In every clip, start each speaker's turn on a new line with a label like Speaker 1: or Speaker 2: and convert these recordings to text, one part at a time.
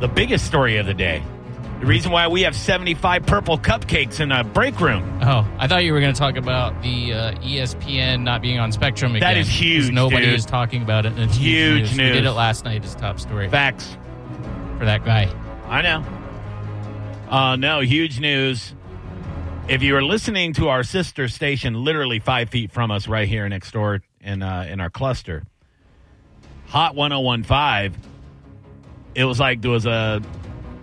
Speaker 1: the biggest story of the day. The reason why we have 75 purple cupcakes in a break room.
Speaker 2: Oh, I thought you were going to talk about the uh, ESPN not being on Spectrum again.
Speaker 1: That is
Speaker 2: 'cause
Speaker 1: huge,
Speaker 2: Nobody
Speaker 1: dude.
Speaker 2: is talking about it. and It's
Speaker 1: Huge
Speaker 2: We did
Speaker 1: news.
Speaker 2: it last night as top story
Speaker 1: Facts.
Speaker 2: for that guy.
Speaker 1: I know. Uh, no, huge news. If you are listening to our sister station, literally five feet from us, right here next door in uh, in our cluster, Hot 1015, it was like there was a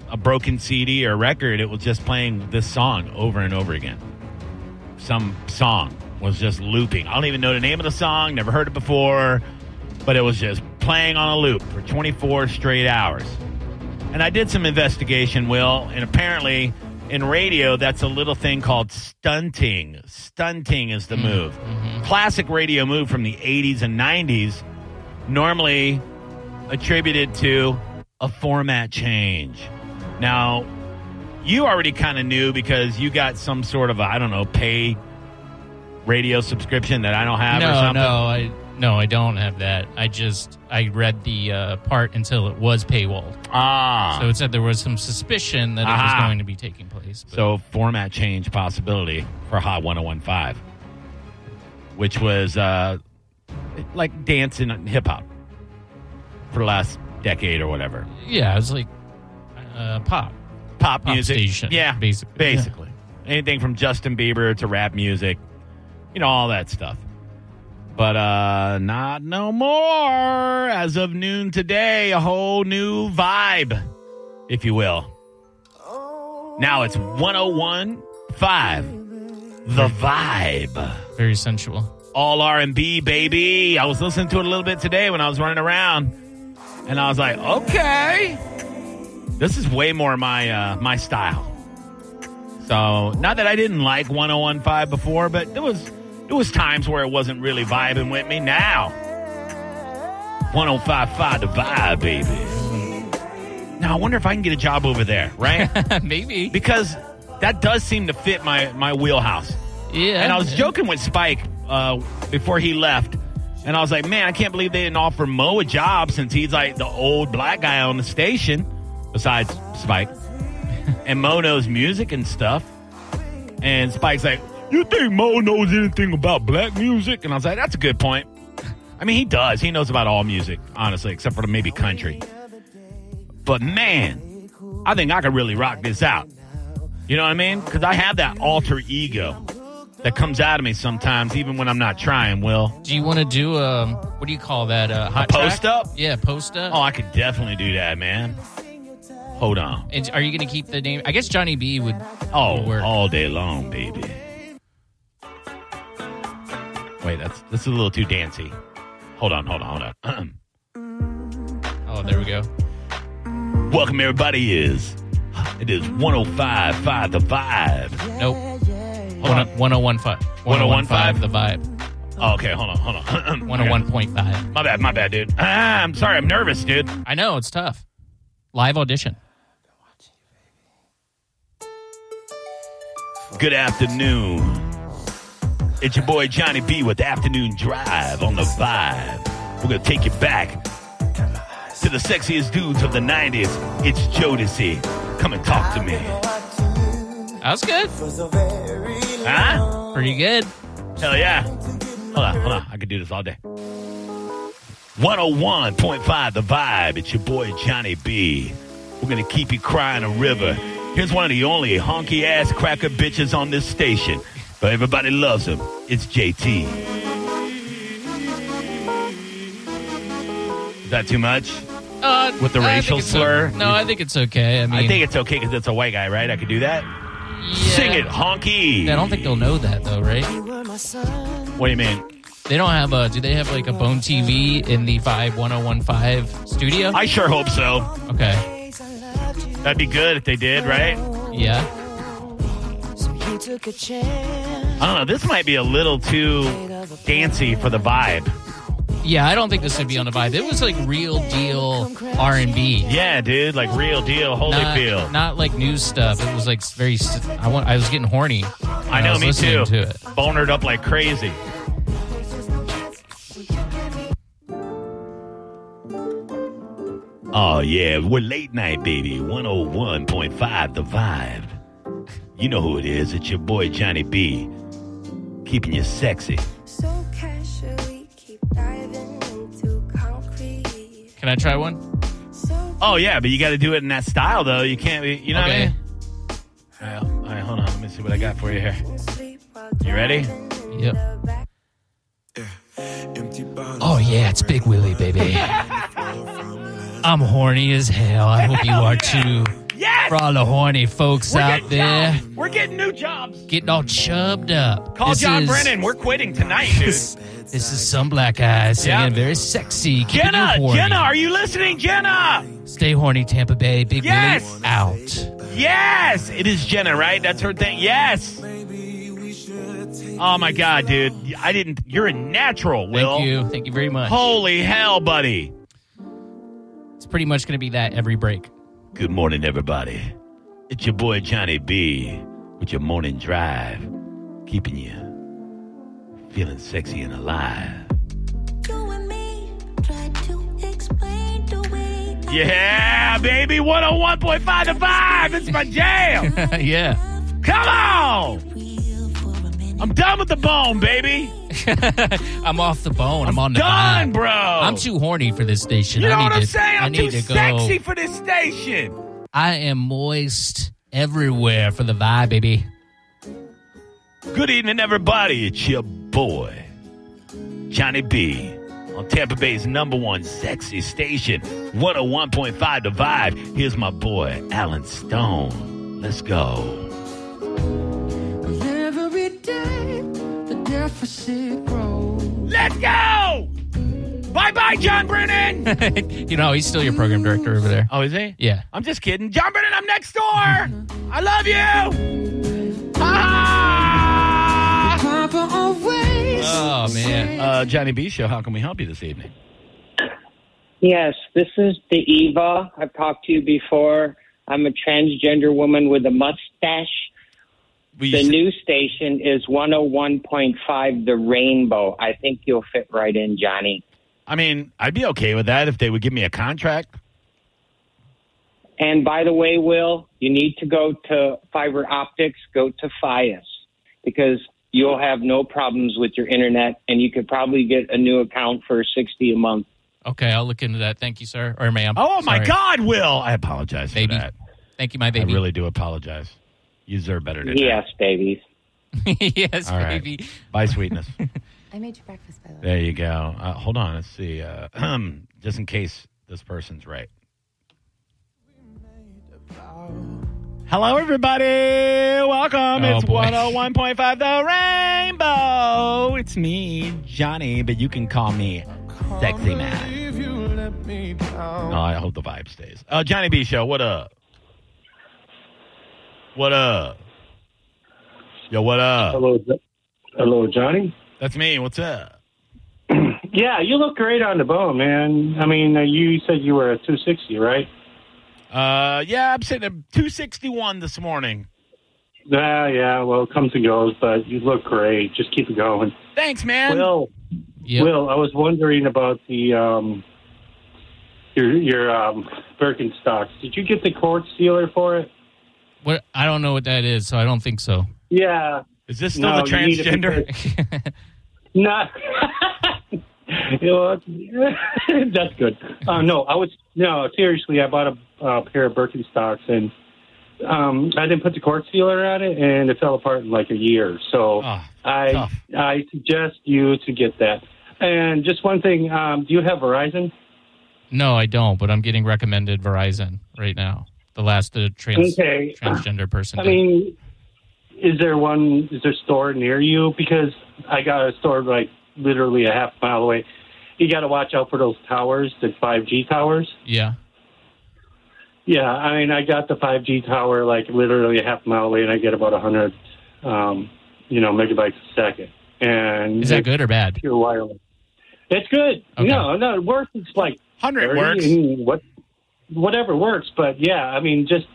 Speaker 1: a broken CD or record. It was just playing this song over and over again. Some song was just looping. I don't even know the name of the song. Never heard it before, but it was just playing on a loop for 24 straight hours. And I did some investigation, Will, and apparently in radio, that's a little thing called stunting. Stunting is the
Speaker 2: Hmm.
Speaker 1: move.
Speaker 2: Mm-hmm.
Speaker 1: Classic radio move from the 80s and 90s, normally attributed to a format change. Now, you already kind of knew because you got some sort of, I don't know, pay radio subscription that I don't have or
Speaker 2: No,
Speaker 1: something.
Speaker 2: no, I no, I don't have that. I just I read the uh, part until it was paywalled,
Speaker 1: Ah.
Speaker 2: so it said there was some suspicion that it
Speaker 1: Aha.
Speaker 2: was going to be taking place. But
Speaker 1: So format change possibility for Hot 1015, which was uh, like dance and hip hop for the last decade or whatever.
Speaker 2: yeah, it was like uh, pop.
Speaker 1: Pop,
Speaker 2: Pop
Speaker 1: music.
Speaker 2: station,
Speaker 1: yeah.
Speaker 2: basically.
Speaker 1: Basically. Anything from Justin Bieber to rap music, you know, all that stuff. But uh not no more. As of noon today, a whole new vibe, if you will. Now it's 1015. The vibe.
Speaker 2: Very sensual.
Speaker 1: All R&B, baby. I was listening to it a little bit today when I was running around. And I was like, "Okay. This is way more my uh my style." So, not that I didn't like 1015 before, but there was it was times where it wasn't really vibing with me. Now, 1055 the vibe, baby. Now, I wonder if I can get a job over there, right?
Speaker 2: Maybe.
Speaker 1: because that does seem to fit my my wheelhouse.
Speaker 2: yeah.
Speaker 1: And I was joking with Spike uh, before he left, and I was like, "Man, I can't believe they didn't offer Mo a job since he's like the old black guy on the station." Besides Spike, and Mo knows music and stuff. And Spike's like, "You think Mo knows anything about black music?" And I was like, "That's a good point." I mean, he does. He knows about all music, honestly, except for maybe country. But man, I think I could really rock this out. You know what I mean? Because I have that alter ego that comes out of me sometimes, even when I'm not trying. Will
Speaker 2: Do you want to do um? What do you call that? Uh, hot
Speaker 1: post
Speaker 2: track?
Speaker 1: up?
Speaker 2: Yeah, post up.
Speaker 1: Oh, I could definitely do that, man. Hold on.
Speaker 2: And are you going to keep the name? I guess Johnny B would.
Speaker 1: Oh,
Speaker 2: would work.
Speaker 1: all day long, baby. Wait, that's this is a little too dancey. Hold on, hold on, hold on.
Speaker 2: Oh, there we go.
Speaker 1: Welcome everybody. Is it is 105.5 the vibe.
Speaker 2: Nope.
Speaker 1: Hold on.
Speaker 2: 1015.
Speaker 1: 1015?
Speaker 2: The vibe.
Speaker 1: Oh, okay, hold on, hold on.
Speaker 2: 101.5.
Speaker 1: My bad, my bad, dude. Ah, I'm sorry, I'm nervous, dude.
Speaker 2: I know, it's tough. Live audition.
Speaker 1: Good afternoon. It's your boy Johnny B with Afternoon Drive on the Vibe. We're gonna take you back to the sexiest dudes of the '90s. It's Jodeci. Come and talk to me,
Speaker 2: That was good.
Speaker 1: huh?
Speaker 2: Pretty good.
Speaker 1: Hell yeah! Hold on, hold on. I could do this all day. 101.5 The Vibe. It's your boy Johnny B. We're gonna keep you crying a river. Here's one of the only honky ass cracker bitches on this station, but everybody loves him. It's JT. Is that too much?
Speaker 2: Uh,
Speaker 1: With the
Speaker 2: I think
Speaker 1: racial
Speaker 2: it's
Speaker 1: slur?
Speaker 2: o- no, I think it's okay. I mean,
Speaker 1: I think it's okay because it's a white guy, right? I could do that.
Speaker 2: yeah.
Speaker 1: Sing it, honky.
Speaker 2: I don't think they'll know that though, right?
Speaker 1: What do you mean?
Speaker 2: They don't have a. Do they have like a Bone TV in the Vibe 1015 studio?
Speaker 1: I sure hope so.
Speaker 2: okay.
Speaker 1: That'd be good if they did, right?
Speaker 2: Yeah.
Speaker 1: I don't know. This might be a little too dancey for the vibe.
Speaker 2: Yeah, I don't think this would be on the vibe. It was like real deal R and B.
Speaker 1: Yeah, dude. Like real deal,
Speaker 2: Not,
Speaker 1: Holyfield.
Speaker 2: not like news stuff. It was like very. s- I want. I was getting horny. when
Speaker 1: I know,
Speaker 2: was
Speaker 1: me
Speaker 2: listening
Speaker 1: too.
Speaker 2: To it.
Speaker 1: Bonered up like crazy. Oh, yeah. We're late night, baby. 101.5 The Vibe. You know who it is. It's your boy, Johnny B. Keeping you sexy.
Speaker 3: So casually keep diving into concrete.
Speaker 2: Can I try one?
Speaker 3: So
Speaker 1: Oh, yeah, but you got to do it in that style, though. You can't be, you know what
Speaker 2: okay.
Speaker 1: I mean? All right, all right, hold on. Let me see what I got for you here.
Speaker 3: You
Speaker 1: ready?
Speaker 2: Yep.
Speaker 4: Empty bottles.
Speaker 2: Oh yeah, it's Big Willie, baby. I'm horny as hell. I hope you are too.
Speaker 1: Yes!
Speaker 2: For all the horny folks out there,
Speaker 1: jobs. We're getting new jobs.
Speaker 2: getting all chubbed up.
Speaker 1: Call
Speaker 2: This
Speaker 1: John
Speaker 2: is-
Speaker 1: Brennan. We're quitting tonight, dude.
Speaker 2: This, this is some black guy singing
Speaker 1: Yeah.
Speaker 2: very sexy. keeping
Speaker 1: Jenna,
Speaker 2: you horny.
Speaker 1: Jenna, are you listening, Jenna?
Speaker 2: Stay horny, Tampa Bay. Big Willie
Speaker 1: Yes!
Speaker 2: out.
Speaker 1: Yes, it is Jenna, right? That's her thing. Yes. Oh my God, dude! I didn't. You're a natural, Will.
Speaker 2: Thank you. Thank you very much.
Speaker 1: Holy hell, buddy!
Speaker 2: It's pretty much going to be that every break.
Speaker 1: Good morning, everybody. It's your boy Johnny B with your morning drive, keeping you feeling sexy and alive. Yeah, baby, 101.5 to 5. It's my jam.
Speaker 2: yeah.
Speaker 1: Come on! I'm done with the bone, baby.
Speaker 2: I'm off the bone. I'm on the
Speaker 1: Done,
Speaker 2: vibe.
Speaker 1: bro.
Speaker 2: I'm too horny for this station.
Speaker 1: You know
Speaker 2: I need
Speaker 1: what I'm
Speaker 2: to,
Speaker 1: saying?
Speaker 2: I
Speaker 1: I'm too
Speaker 2: need to go.
Speaker 1: sexy for this station.
Speaker 2: I am moist everywhere for the vibe, baby.
Speaker 1: Good evening, everybody. It's your boy, Johnny B, on Tampa Bay's number one sexy station, 101.5 to Vibe. Here's my boy, Alan Stone. Let's go.
Speaker 5: Every day the deficit grows.
Speaker 1: Let's go! Bye bye, John Brennan!
Speaker 2: you know, he's still your program director over there.
Speaker 1: oh, is he?
Speaker 2: Yeah.
Speaker 1: I'm just kidding. John Brennan, I'm next door. I love you. Ah!
Speaker 5: Papa always.
Speaker 2: Oh, man.
Speaker 1: Uh, Johnny B. Show, how can we help you this evening?
Speaker 6: Yes, this is the Eva. I've talked to you before. I'm a transgender woman with a mustache.
Speaker 1: We
Speaker 6: The new station is 101.5 The Rainbow. I think you'll fit right in, Johnny.
Speaker 1: I mean, I'd be okay with that if they would give me a contract.
Speaker 6: And by the way, Will, you need to go to fiber optics, go to Fios because you'll have no problems with your internet and you could probably get a new account for 60 a month.
Speaker 2: Okay, I'll look into that. Thank you, sir. Or ma'am.
Speaker 1: Oh my
Speaker 2: Sorry.
Speaker 1: God, Will! I apologize
Speaker 2: Baby.
Speaker 1: for that.
Speaker 2: Thank you, my
Speaker 1: I
Speaker 2: baby.
Speaker 1: really do apologize. You deserve better than
Speaker 6: Yes, babies.
Speaker 2: yes,
Speaker 1: All right.
Speaker 2: baby.
Speaker 1: that. Bye, sweetness.
Speaker 3: I made you breakfast, by the way.
Speaker 1: there you go. Uh, hold on, let's see. Uh, just in case this person's right. Hello, everybody. Welcome.
Speaker 2: Oh,
Speaker 1: it's
Speaker 2: boy.
Speaker 1: 101.5 The Rainbow. It's me, Johnny, but you can call me Sexy Man. Oh, I hope the vibe stays. Uh, Johnny B Show, what up? What up? Yo, what up?
Speaker 7: Hello, Jo- hello, Johnny.
Speaker 1: That's me. What's up?
Speaker 7: Yeah, you look great on the bone, man. I mean, uh, you said you were at 260, right?
Speaker 1: Uh, yeah, I'm sitting at 261 this morning.
Speaker 7: Yeah, yeah. Well, it comes and goes, but you look great. Just keep it going.
Speaker 1: Thanks, man.
Speaker 7: Will,
Speaker 2: Yep.
Speaker 7: Will, I was wondering about the um, your your um, Birkenstocks. Did you get the court sealer for it?
Speaker 2: What? I don't know what that is, so I don't think so.
Speaker 7: Yeah.
Speaker 1: Is this still
Speaker 7: No,
Speaker 1: the
Speaker 7: you need to
Speaker 1: transgender?
Speaker 7: No. You know, that's good. Uh, no, I was no seriously. I bought a uh, pair of Birkenstocks and um, I didn't put the cork sealer on it, and it fell apart in like a year. So
Speaker 1: Oh,
Speaker 7: I
Speaker 1: tough.
Speaker 7: I suggest you to get that. And just one thing, um, do you have Verizon?
Speaker 2: No, I don't. But I'm getting recommended Verizon right now. The last uh, trans
Speaker 7: Okay.
Speaker 2: transgender person.
Speaker 7: I
Speaker 2: did.
Speaker 7: mean, is there one? Is there a store near you? Because I got a store like literally a half mile away. You got to watch out for those towers, the 5G towers.
Speaker 2: yeah.
Speaker 7: Yeah, I mean, I got the 5G tower like literally a half mile away, and I get about 100, um, you know, megabytes a second. And
Speaker 2: Is that
Speaker 7: it's
Speaker 2: good or bad?
Speaker 7: Pure wireless. It's good.
Speaker 2: Okay.
Speaker 7: No, no, it works. It's like
Speaker 1: 100
Speaker 7: 30,
Speaker 1: works.
Speaker 7: and What, whatever works. But yeah, I mean, just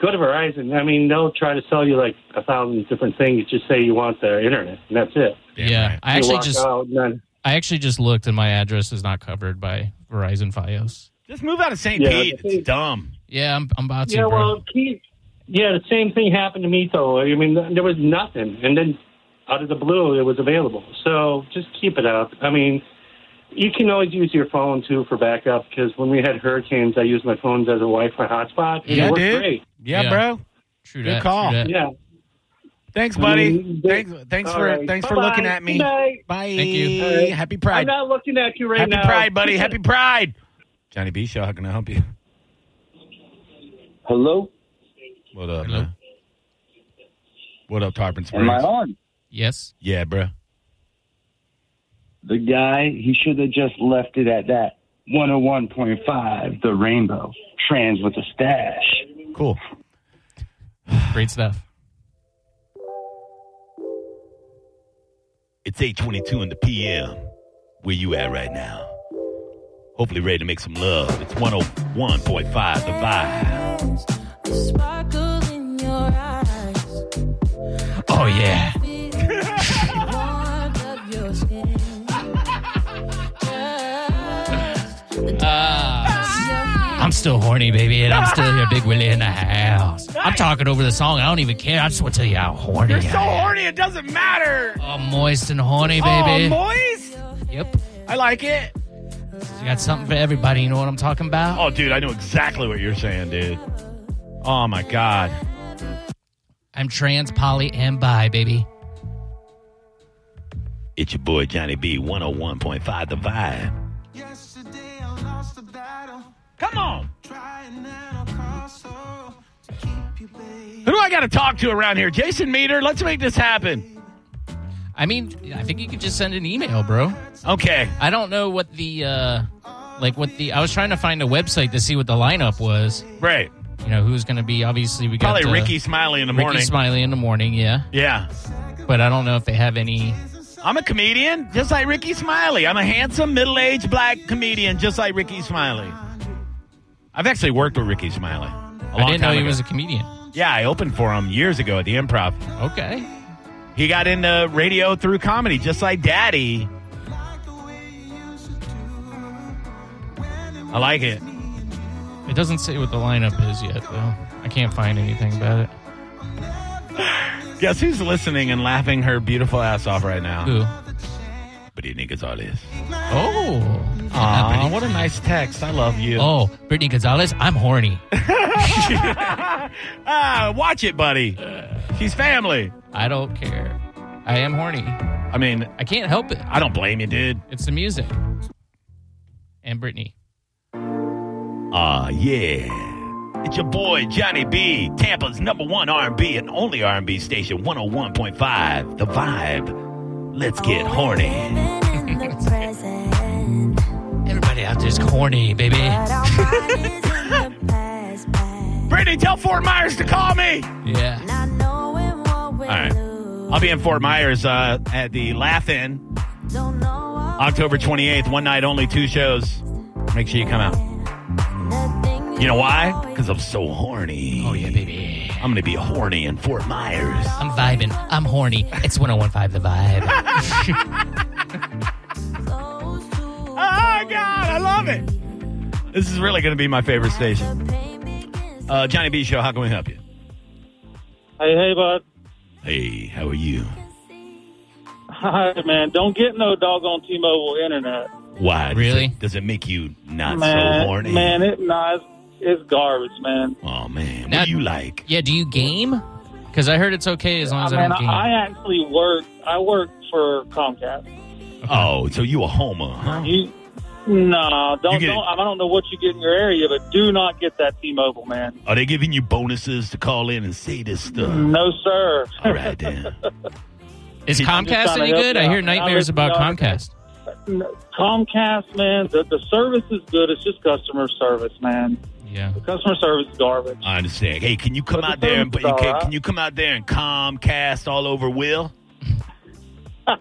Speaker 7: go to Verizon. I mean, they'll try to sell you like a thousand different things. Just say you want their internet, and that's it.
Speaker 1: Damn
Speaker 2: yeah,
Speaker 1: right.
Speaker 2: I
Speaker 7: You
Speaker 2: actually
Speaker 7: walk
Speaker 2: just
Speaker 7: out and then-
Speaker 2: I actually just looked and my address is not covered by Verizon Fios.
Speaker 1: Just move out of St.
Speaker 7: Yeah,
Speaker 1: Pete.
Speaker 7: I think-
Speaker 1: It's dumb.
Speaker 2: Yeah, I'm I'm about to.
Speaker 7: yeah,
Speaker 2: bro.
Speaker 7: well, Keith, yeah, the same thing happened to me though. I mean, there was nothing, and then out of the blue, it was available. So just keep it up. I mean, you can always use your phone too for backup because when we had hurricanes, I used my phones as a Wi-Fi hotspot. And
Speaker 1: Yeah,
Speaker 7: it worked
Speaker 1: dude.
Speaker 7: great.
Speaker 1: Yeah,
Speaker 2: Yeah.
Speaker 1: bro.
Speaker 2: true
Speaker 1: good
Speaker 2: that,
Speaker 1: call.
Speaker 2: True that.
Speaker 7: Yeah.
Speaker 1: Thanks, buddy.
Speaker 7: Mm, they-
Speaker 1: Thanks, thanks
Speaker 7: All
Speaker 1: for
Speaker 7: right.
Speaker 1: thanks for
Speaker 7: Bye-bye.
Speaker 1: looking at me.
Speaker 7: Good night.
Speaker 1: Bye.
Speaker 2: Thank you.
Speaker 7: All right.
Speaker 1: Happy
Speaker 7: I'm
Speaker 1: Pride.
Speaker 7: not looking at you right
Speaker 1: Happy
Speaker 7: now.
Speaker 1: Pride, buddy. Happy Pride. Johnny B. Show. How can I help you?
Speaker 6: Hello,
Speaker 1: What up,
Speaker 2: Hello.
Speaker 1: man? What up, Tarpon Springs?
Speaker 4: Am I on?
Speaker 2: Yes.
Speaker 1: Yeah, bro.
Speaker 4: The guy, he should have just left it at that. 101.5, the rainbow. Trans with a stash.
Speaker 1: Cool.
Speaker 2: Great stuff.
Speaker 1: It's 8:22 in the PM. Where you at right now? Hopefully ready to make some love. It's 101.5 the vibe.
Speaker 2: Oh yeah. Ah. I'm still horny, baby, and I'm still here, Big Willie in the house. I'm talking over the song. I don't even care. I just want to tell you how horny
Speaker 1: You're so
Speaker 2: I am.
Speaker 1: horny it doesn't matter.
Speaker 2: Oh, moist and horny,
Speaker 1: Oh,
Speaker 2: baby.
Speaker 1: moist.
Speaker 2: yep.
Speaker 1: I like it.
Speaker 2: You got something for everybody. You know what I'm talking about?
Speaker 1: Oh, dude, I know exactly what you're saying, dude. Oh my god.
Speaker 2: I'm trans, poly, and bi, baby.
Speaker 1: It's your boy Johnny B. 101.5 the vibe.
Speaker 5: Yesterday I lost the battle,
Speaker 1: Come on.
Speaker 5: trying now to cross over to keep you, babe.
Speaker 1: Who do I got to talk to around here? Jason Meter. Let's make this happen.
Speaker 2: I mean, I think you could just send an email, bro.
Speaker 1: Okay.
Speaker 2: I don't know what the uh like what the I was trying to find a website to see what the lineup was.
Speaker 1: Right.
Speaker 2: You know, who's going to be obviously we got
Speaker 1: Probably
Speaker 2: uh,
Speaker 1: Ricky Smiley in the
Speaker 2: Ricky
Speaker 1: morning.
Speaker 2: Smiley in the morning, yeah.
Speaker 1: yeah.
Speaker 2: But I don't know if they have any
Speaker 1: I'm a comedian, just like Ricky Smiley. I'm a handsome, middle aged black comedian, just like Ricky Smiley. I've actually worked with Ricky Smiley. I
Speaker 2: I didn't know he was a comedian.
Speaker 1: yeah, I opened for him years ago at the improv.
Speaker 2: Okay.
Speaker 1: He got into radio through comedy, just like Daddy. I like it.
Speaker 2: It doesn't say what the lineup is yet though. I can't find anything about it.
Speaker 1: Guess who's listening and laughing her beautiful ass off right now?
Speaker 2: Who?
Speaker 1: But he niggas all this.
Speaker 2: Oh. Yeah,
Speaker 1: Aw,
Speaker 2: Brittany-
Speaker 1: what a nice text. I love you.
Speaker 2: Oh, Brittany Gonzalez, I'm horny.
Speaker 1: ah, watch it, buddy. She's family.
Speaker 2: I don't care. I am horny.
Speaker 1: I mean,
Speaker 2: I can't help it.
Speaker 1: I don't blame you, dude.
Speaker 2: It's the music. And Brittany.
Speaker 1: Ah, yeah. It's your boy Johnny B, Tampa's number one R&B and only R&B station, 101.5, The Vibe. Let's get horny.
Speaker 3: Living in the present,
Speaker 2: Everybody out there's horny, baby.
Speaker 3: but our mind is in the past, past.
Speaker 1: Brittany, tell Fort Myers to call me.
Speaker 2: Yeah.
Speaker 3: Not knowing what we
Speaker 1: All right.
Speaker 3: lose.
Speaker 1: I'll be in Fort Myers uh, at the Laugh In,
Speaker 3: Don't know what
Speaker 1: October
Speaker 3: we
Speaker 1: 28th, one night only, two shows. Make sure you come out.
Speaker 3: The thing
Speaker 1: You know why? Because I'm so horny.
Speaker 2: Oh yeah, baby.
Speaker 1: I'm going to be horny in Fort Myers.
Speaker 2: I'm vibing. I'm horny. It's 1015 the vibe.
Speaker 3: close to
Speaker 1: Oh, God, I love it. This is really going to be my favorite station.
Speaker 3: the pain begins
Speaker 1: Uh, Johnny B Show, how can we help you?
Speaker 8: Hey, hey, bud.
Speaker 1: Hey, how are you?
Speaker 3: to see.
Speaker 8: Hi, man. Don't get no doggone T-Mobile internet.
Speaker 1: Why? Does
Speaker 2: Really?
Speaker 1: it- Does it make you not
Speaker 8: man,
Speaker 1: so horny?
Speaker 8: man, it nah, it's, it's garbage, man.
Speaker 1: Oh, man.
Speaker 2: Now-
Speaker 1: what do you like?
Speaker 2: yeah, do you game? Because I heard it's okay as long as I,
Speaker 8: man,
Speaker 2: don't game.
Speaker 8: I actually work. I work for Comcast.
Speaker 1: Oh, so you a homer, huh?
Speaker 8: You, no, don't.
Speaker 1: Oh. You get it.
Speaker 8: don't I don't know what you get in your area, but do not get that T-Mobile, man.
Speaker 1: Are they giving you bonuses to call in and say this stuff?
Speaker 8: No, sir.
Speaker 1: All right, then.
Speaker 2: Is
Speaker 8: I'm just
Speaker 2: Comcast
Speaker 8: trying to
Speaker 2: any
Speaker 8: help
Speaker 2: good?
Speaker 8: you
Speaker 2: I hear
Speaker 8: out, man. I
Speaker 2: nightmares
Speaker 8: live in
Speaker 2: about
Speaker 8: Florida.
Speaker 2: Comcast.
Speaker 8: Comcast, man. The, the service is good. It's just customer service, man.
Speaker 2: Yeah.
Speaker 8: Customer service is garbage.
Speaker 1: I understand. Hey, can you come
Speaker 8: But the
Speaker 1: out there and
Speaker 8: service
Speaker 1: but
Speaker 8: is
Speaker 1: you can,
Speaker 8: all right.
Speaker 1: can you come out there and Comcast all over Will?
Speaker 8: Hey,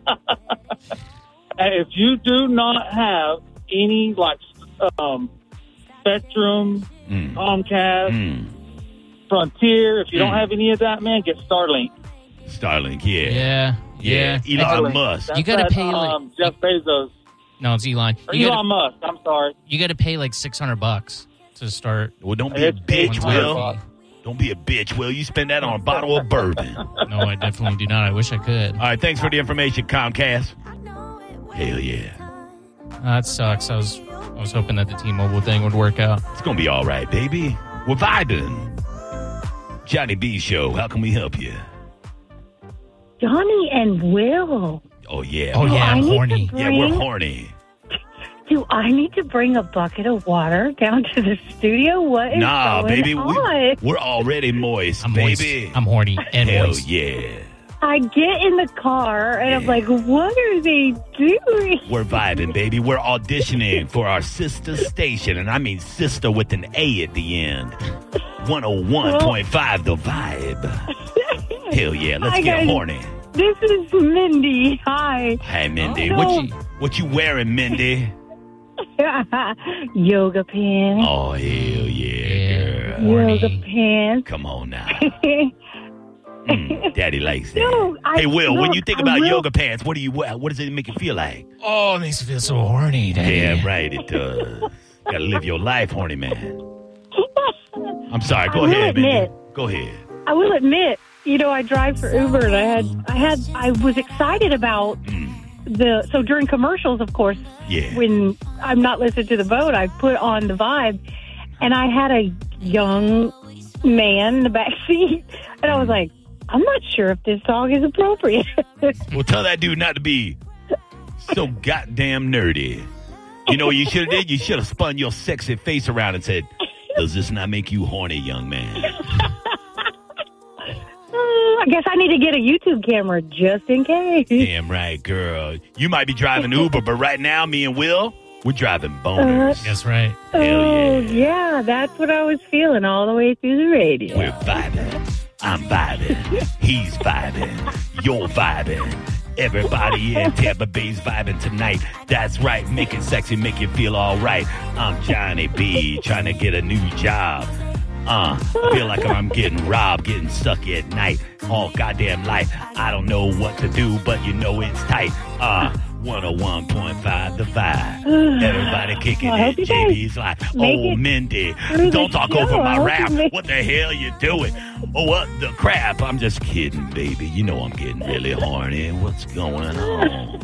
Speaker 8: Uh, if you do not have any like um, Spectrum,
Speaker 1: Mm.
Speaker 8: Comcast,
Speaker 1: Mm.
Speaker 8: Frontier, if you
Speaker 1: Mm.
Speaker 8: don't have any of that, man, get Starlink.
Speaker 1: Starlink, yeah.
Speaker 2: Yeah. Yeah.
Speaker 1: Elon
Speaker 8: Starlink.
Speaker 1: Musk.
Speaker 8: That's
Speaker 2: You gotta
Speaker 8: that,
Speaker 2: pay, like-
Speaker 8: um, Jeff Bezos
Speaker 2: No, it's Elon.
Speaker 8: or
Speaker 2: You
Speaker 8: Elon
Speaker 2: gotta,
Speaker 8: Musk. I'm sorry.
Speaker 2: you gotta pay like 600 bucks to start.
Speaker 1: Well, don't be a
Speaker 8: It's-
Speaker 1: bitch,
Speaker 2: one-time
Speaker 8: Well-
Speaker 1: Will.
Speaker 2: fee.
Speaker 1: Don't be a bitch, Will. You spend that on a bottle of bourbon. All
Speaker 2: No, I definitely do not. I wish I could.
Speaker 8: Uh,
Speaker 1: right, thanks for the information, Comcast. Hell
Speaker 3: Hell
Speaker 1: yeah.
Speaker 2: Uh, that sucks. I was I was hoping that the T-Mobile thing would work out.
Speaker 1: It's gonna be all right, baby. We're vibing. Johnny B Show. How can we help you?
Speaker 9: Johnny and Will.
Speaker 1: Oh yeah.
Speaker 2: Oh yeah,
Speaker 9: I
Speaker 2: I'm
Speaker 9: need to
Speaker 2: horny.
Speaker 9: bring-
Speaker 1: Yeah, we're horny.
Speaker 9: Do I need to bring a bucket of water down to the studio? What is
Speaker 1: Nah,
Speaker 9: going
Speaker 1: baby, we,
Speaker 9: on?
Speaker 1: we're already moist,
Speaker 2: I'm
Speaker 1: baby.
Speaker 2: moist. I'm horny and
Speaker 1: Hell
Speaker 2: moist.
Speaker 1: yeah.
Speaker 9: I get in the car and I'm
Speaker 1: Yeah.
Speaker 9: like, what are they doing?
Speaker 1: We're vibing, baby. We're auditioning for our sister station, and I mean sister with an A at the end. 101.5 the vibe. Hell yeah, let's
Speaker 9: Hi,
Speaker 1: get
Speaker 9: guys.
Speaker 1: horny.
Speaker 9: This is Mindy. Hi.
Speaker 1: Hey Mindy,
Speaker 9: Oh,
Speaker 1: what
Speaker 9: no.
Speaker 1: you what you wearing, Mindy?
Speaker 9: Yoga pants.
Speaker 1: Oh hell yeah,
Speaker 2: Yeah.
Speaker 1: girl.
Speaker 9: Yoga
Speaker 2: horny.
Speaker 9: pants.
Speaker 1: Come on now. Mm, daddy likes that.
Speaker 9: No, I-
Speaker 1: hey Will, when
Speaker 9: look,
Speaker 1: you think
Speaker 9: I
Speaker 1: about
Speaker 9: will-
Speaker 1: yoga pants, what do you wear? What does it make you feel like?
Speaker 2: Oh, it makes me feel so horny. Daddy.
Speaker 1: Damn right it does. Gotta live your life, horny man. I'm sorry, go
Speaker 9: I will
Speaker 1: ahead, Mindy.
Speaker 9: admit-
Speaker 1: Go ahead.
Speaker 9: I will admit, you know, I drive for Uber and I had, I had, I was excited about the, so during commercials, of course,
Speaker 1: Yeah.
Speaker 9: when I'm not listening to the boat, I put on the vibe, and I had a young man in the back seat, and I was like, I'm not sure if this song is appropriate.
Speaker 1: Well, tell that dude not to be so goddamn nerdy. You know what you should have did? You should have spun your sexy face around and said, "Does this not make you horny, young man?"
Speaker 9: Uh, I guess I need to get a YouTube camera just in case.
Speaker 1: Damn right, girl. You might be driving Uber, but right now, me and Will, we're driving boners.
Speaker 2: That's right.
Speaker 9: oh
Speaker 1: Hell
Speaker 9: yeah. that's what I was feeling all the way through the radio.
Speaker 1: We're vibing. I'm vibing. He's vibing. You're vibing. Everybody in Tampa Bay's vibing tonight. That's right. Make it sexy. Make you feel all right. I'm Johnny B. Trying to get a new job. Uh, I feel like I'm getting robbed, getting stuck at night. All goddamn life. I don't know what to do, but you know it's tight. Uh, 101.5 the vibe. Everybody kicking
Speaker 9: Well, I
Speaker 1: it.
Speaker 9: hope you guys
Speaker 1: JB's like,
Speaker 9: make
Speaker 1: oh,
Speaker 9: it
Speaker 1: Mindy,
Speaker 9: through
Speaker 1: don't
Speaker 9: the
Speaker 1: talk
Speaker 9: show.
Speaker 1: over
Speaker 9: I
Speaker 1: my
Speaker 9: hope
Speaker 1: rap.
Speaker 9: you make-
Speaker 1: What the hell you doing? Oh, what the crap? I'm just kidding, baby. You know I'm getting really horny. What's going on?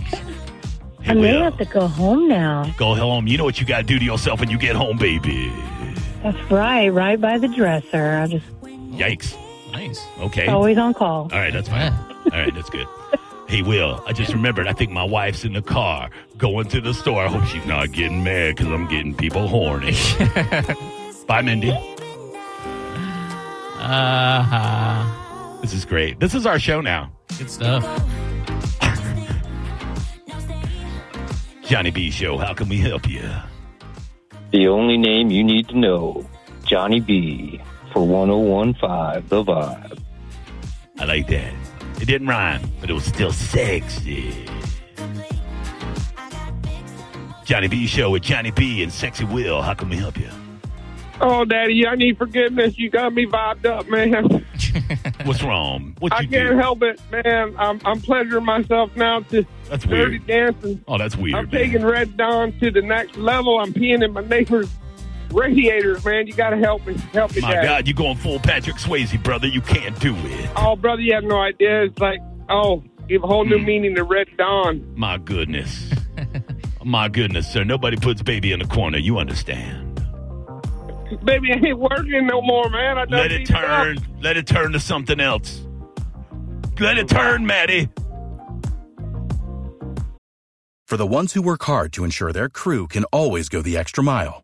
Speaker 1: Hey,
Speaker 9: I may
Speaker 1: Will,
Speaker 9: have to go home now.
Speaker 1: go home. You know what you got to do to yourself when you get home, baby.
Speaker 9: That's right, right by the dresser. I'm just
Speaker 1: Yikes.
Speaker 2: Nice.
Speaker 1: Okay. All
Speaker 9: always on call.
Speaker 1: right, that's fine.
Speaker 2: Yeah.
Speaker 1: All right, that's good. Hey, Will, I just remembered. I think my wife's in the car going to the store. I hope she's not getting mad because I'm getting people horny. Bye, Mindy.
Speaker 2: Uh-huh.
Speaker 1: This is great. This is our show now.
Speaker 2: Good stuff.
Speaker 1: Johnny B Show, how can we help you?
Speaker 6: The only name you need to know, Johnny B for 1015 The Vibe.
Speaker 1: I like that. It didn't rhyme, but it was still sexy. Johnny B Show with Johnny B and Sexy Will, how can we help you?
Speaker 8: Oh, Daddy, I need forgiveness. You got me vibed up, man.
Speaker 1: What's wrong? What you do?
Speaker 8: help it, man. I'm, I'm pleasuring myself now to
Speaker 1: That's weird.
Speaker 8: dancing.
Speaker 1: Oh, that's weird.
Speaker 8: I'm
Speaker 1: man.
Speaker 8: taking Red Dawn to the next level. I'm peeing in my neighbor's radiators, man. You gotta help me. Help me,
Speaker 1: My
Speaker 8: Dad.
Speaker 1: God, you're going full Patrick Swayze, brother. You can't do it.
Speaker 8: Oh, brother, you have no idea. It's like, oh, give a whole
Speaker 1: Hmm.
Speaker 8: new meaning to Red Dawn.
Speaker 1: My goodness. My goodness, sir. Nobody puts baby in the corner. You understand.
Speaker 8: Baby, it ain't working no more, man. I done
Speaker 1: Let it
Speaker 8: beat up.
Speaker 1: turn. Let it turn to something else. Let it turn, Maddie.
Speaker 10: For the ones who work hard to ensure their crew can always go the extra mile,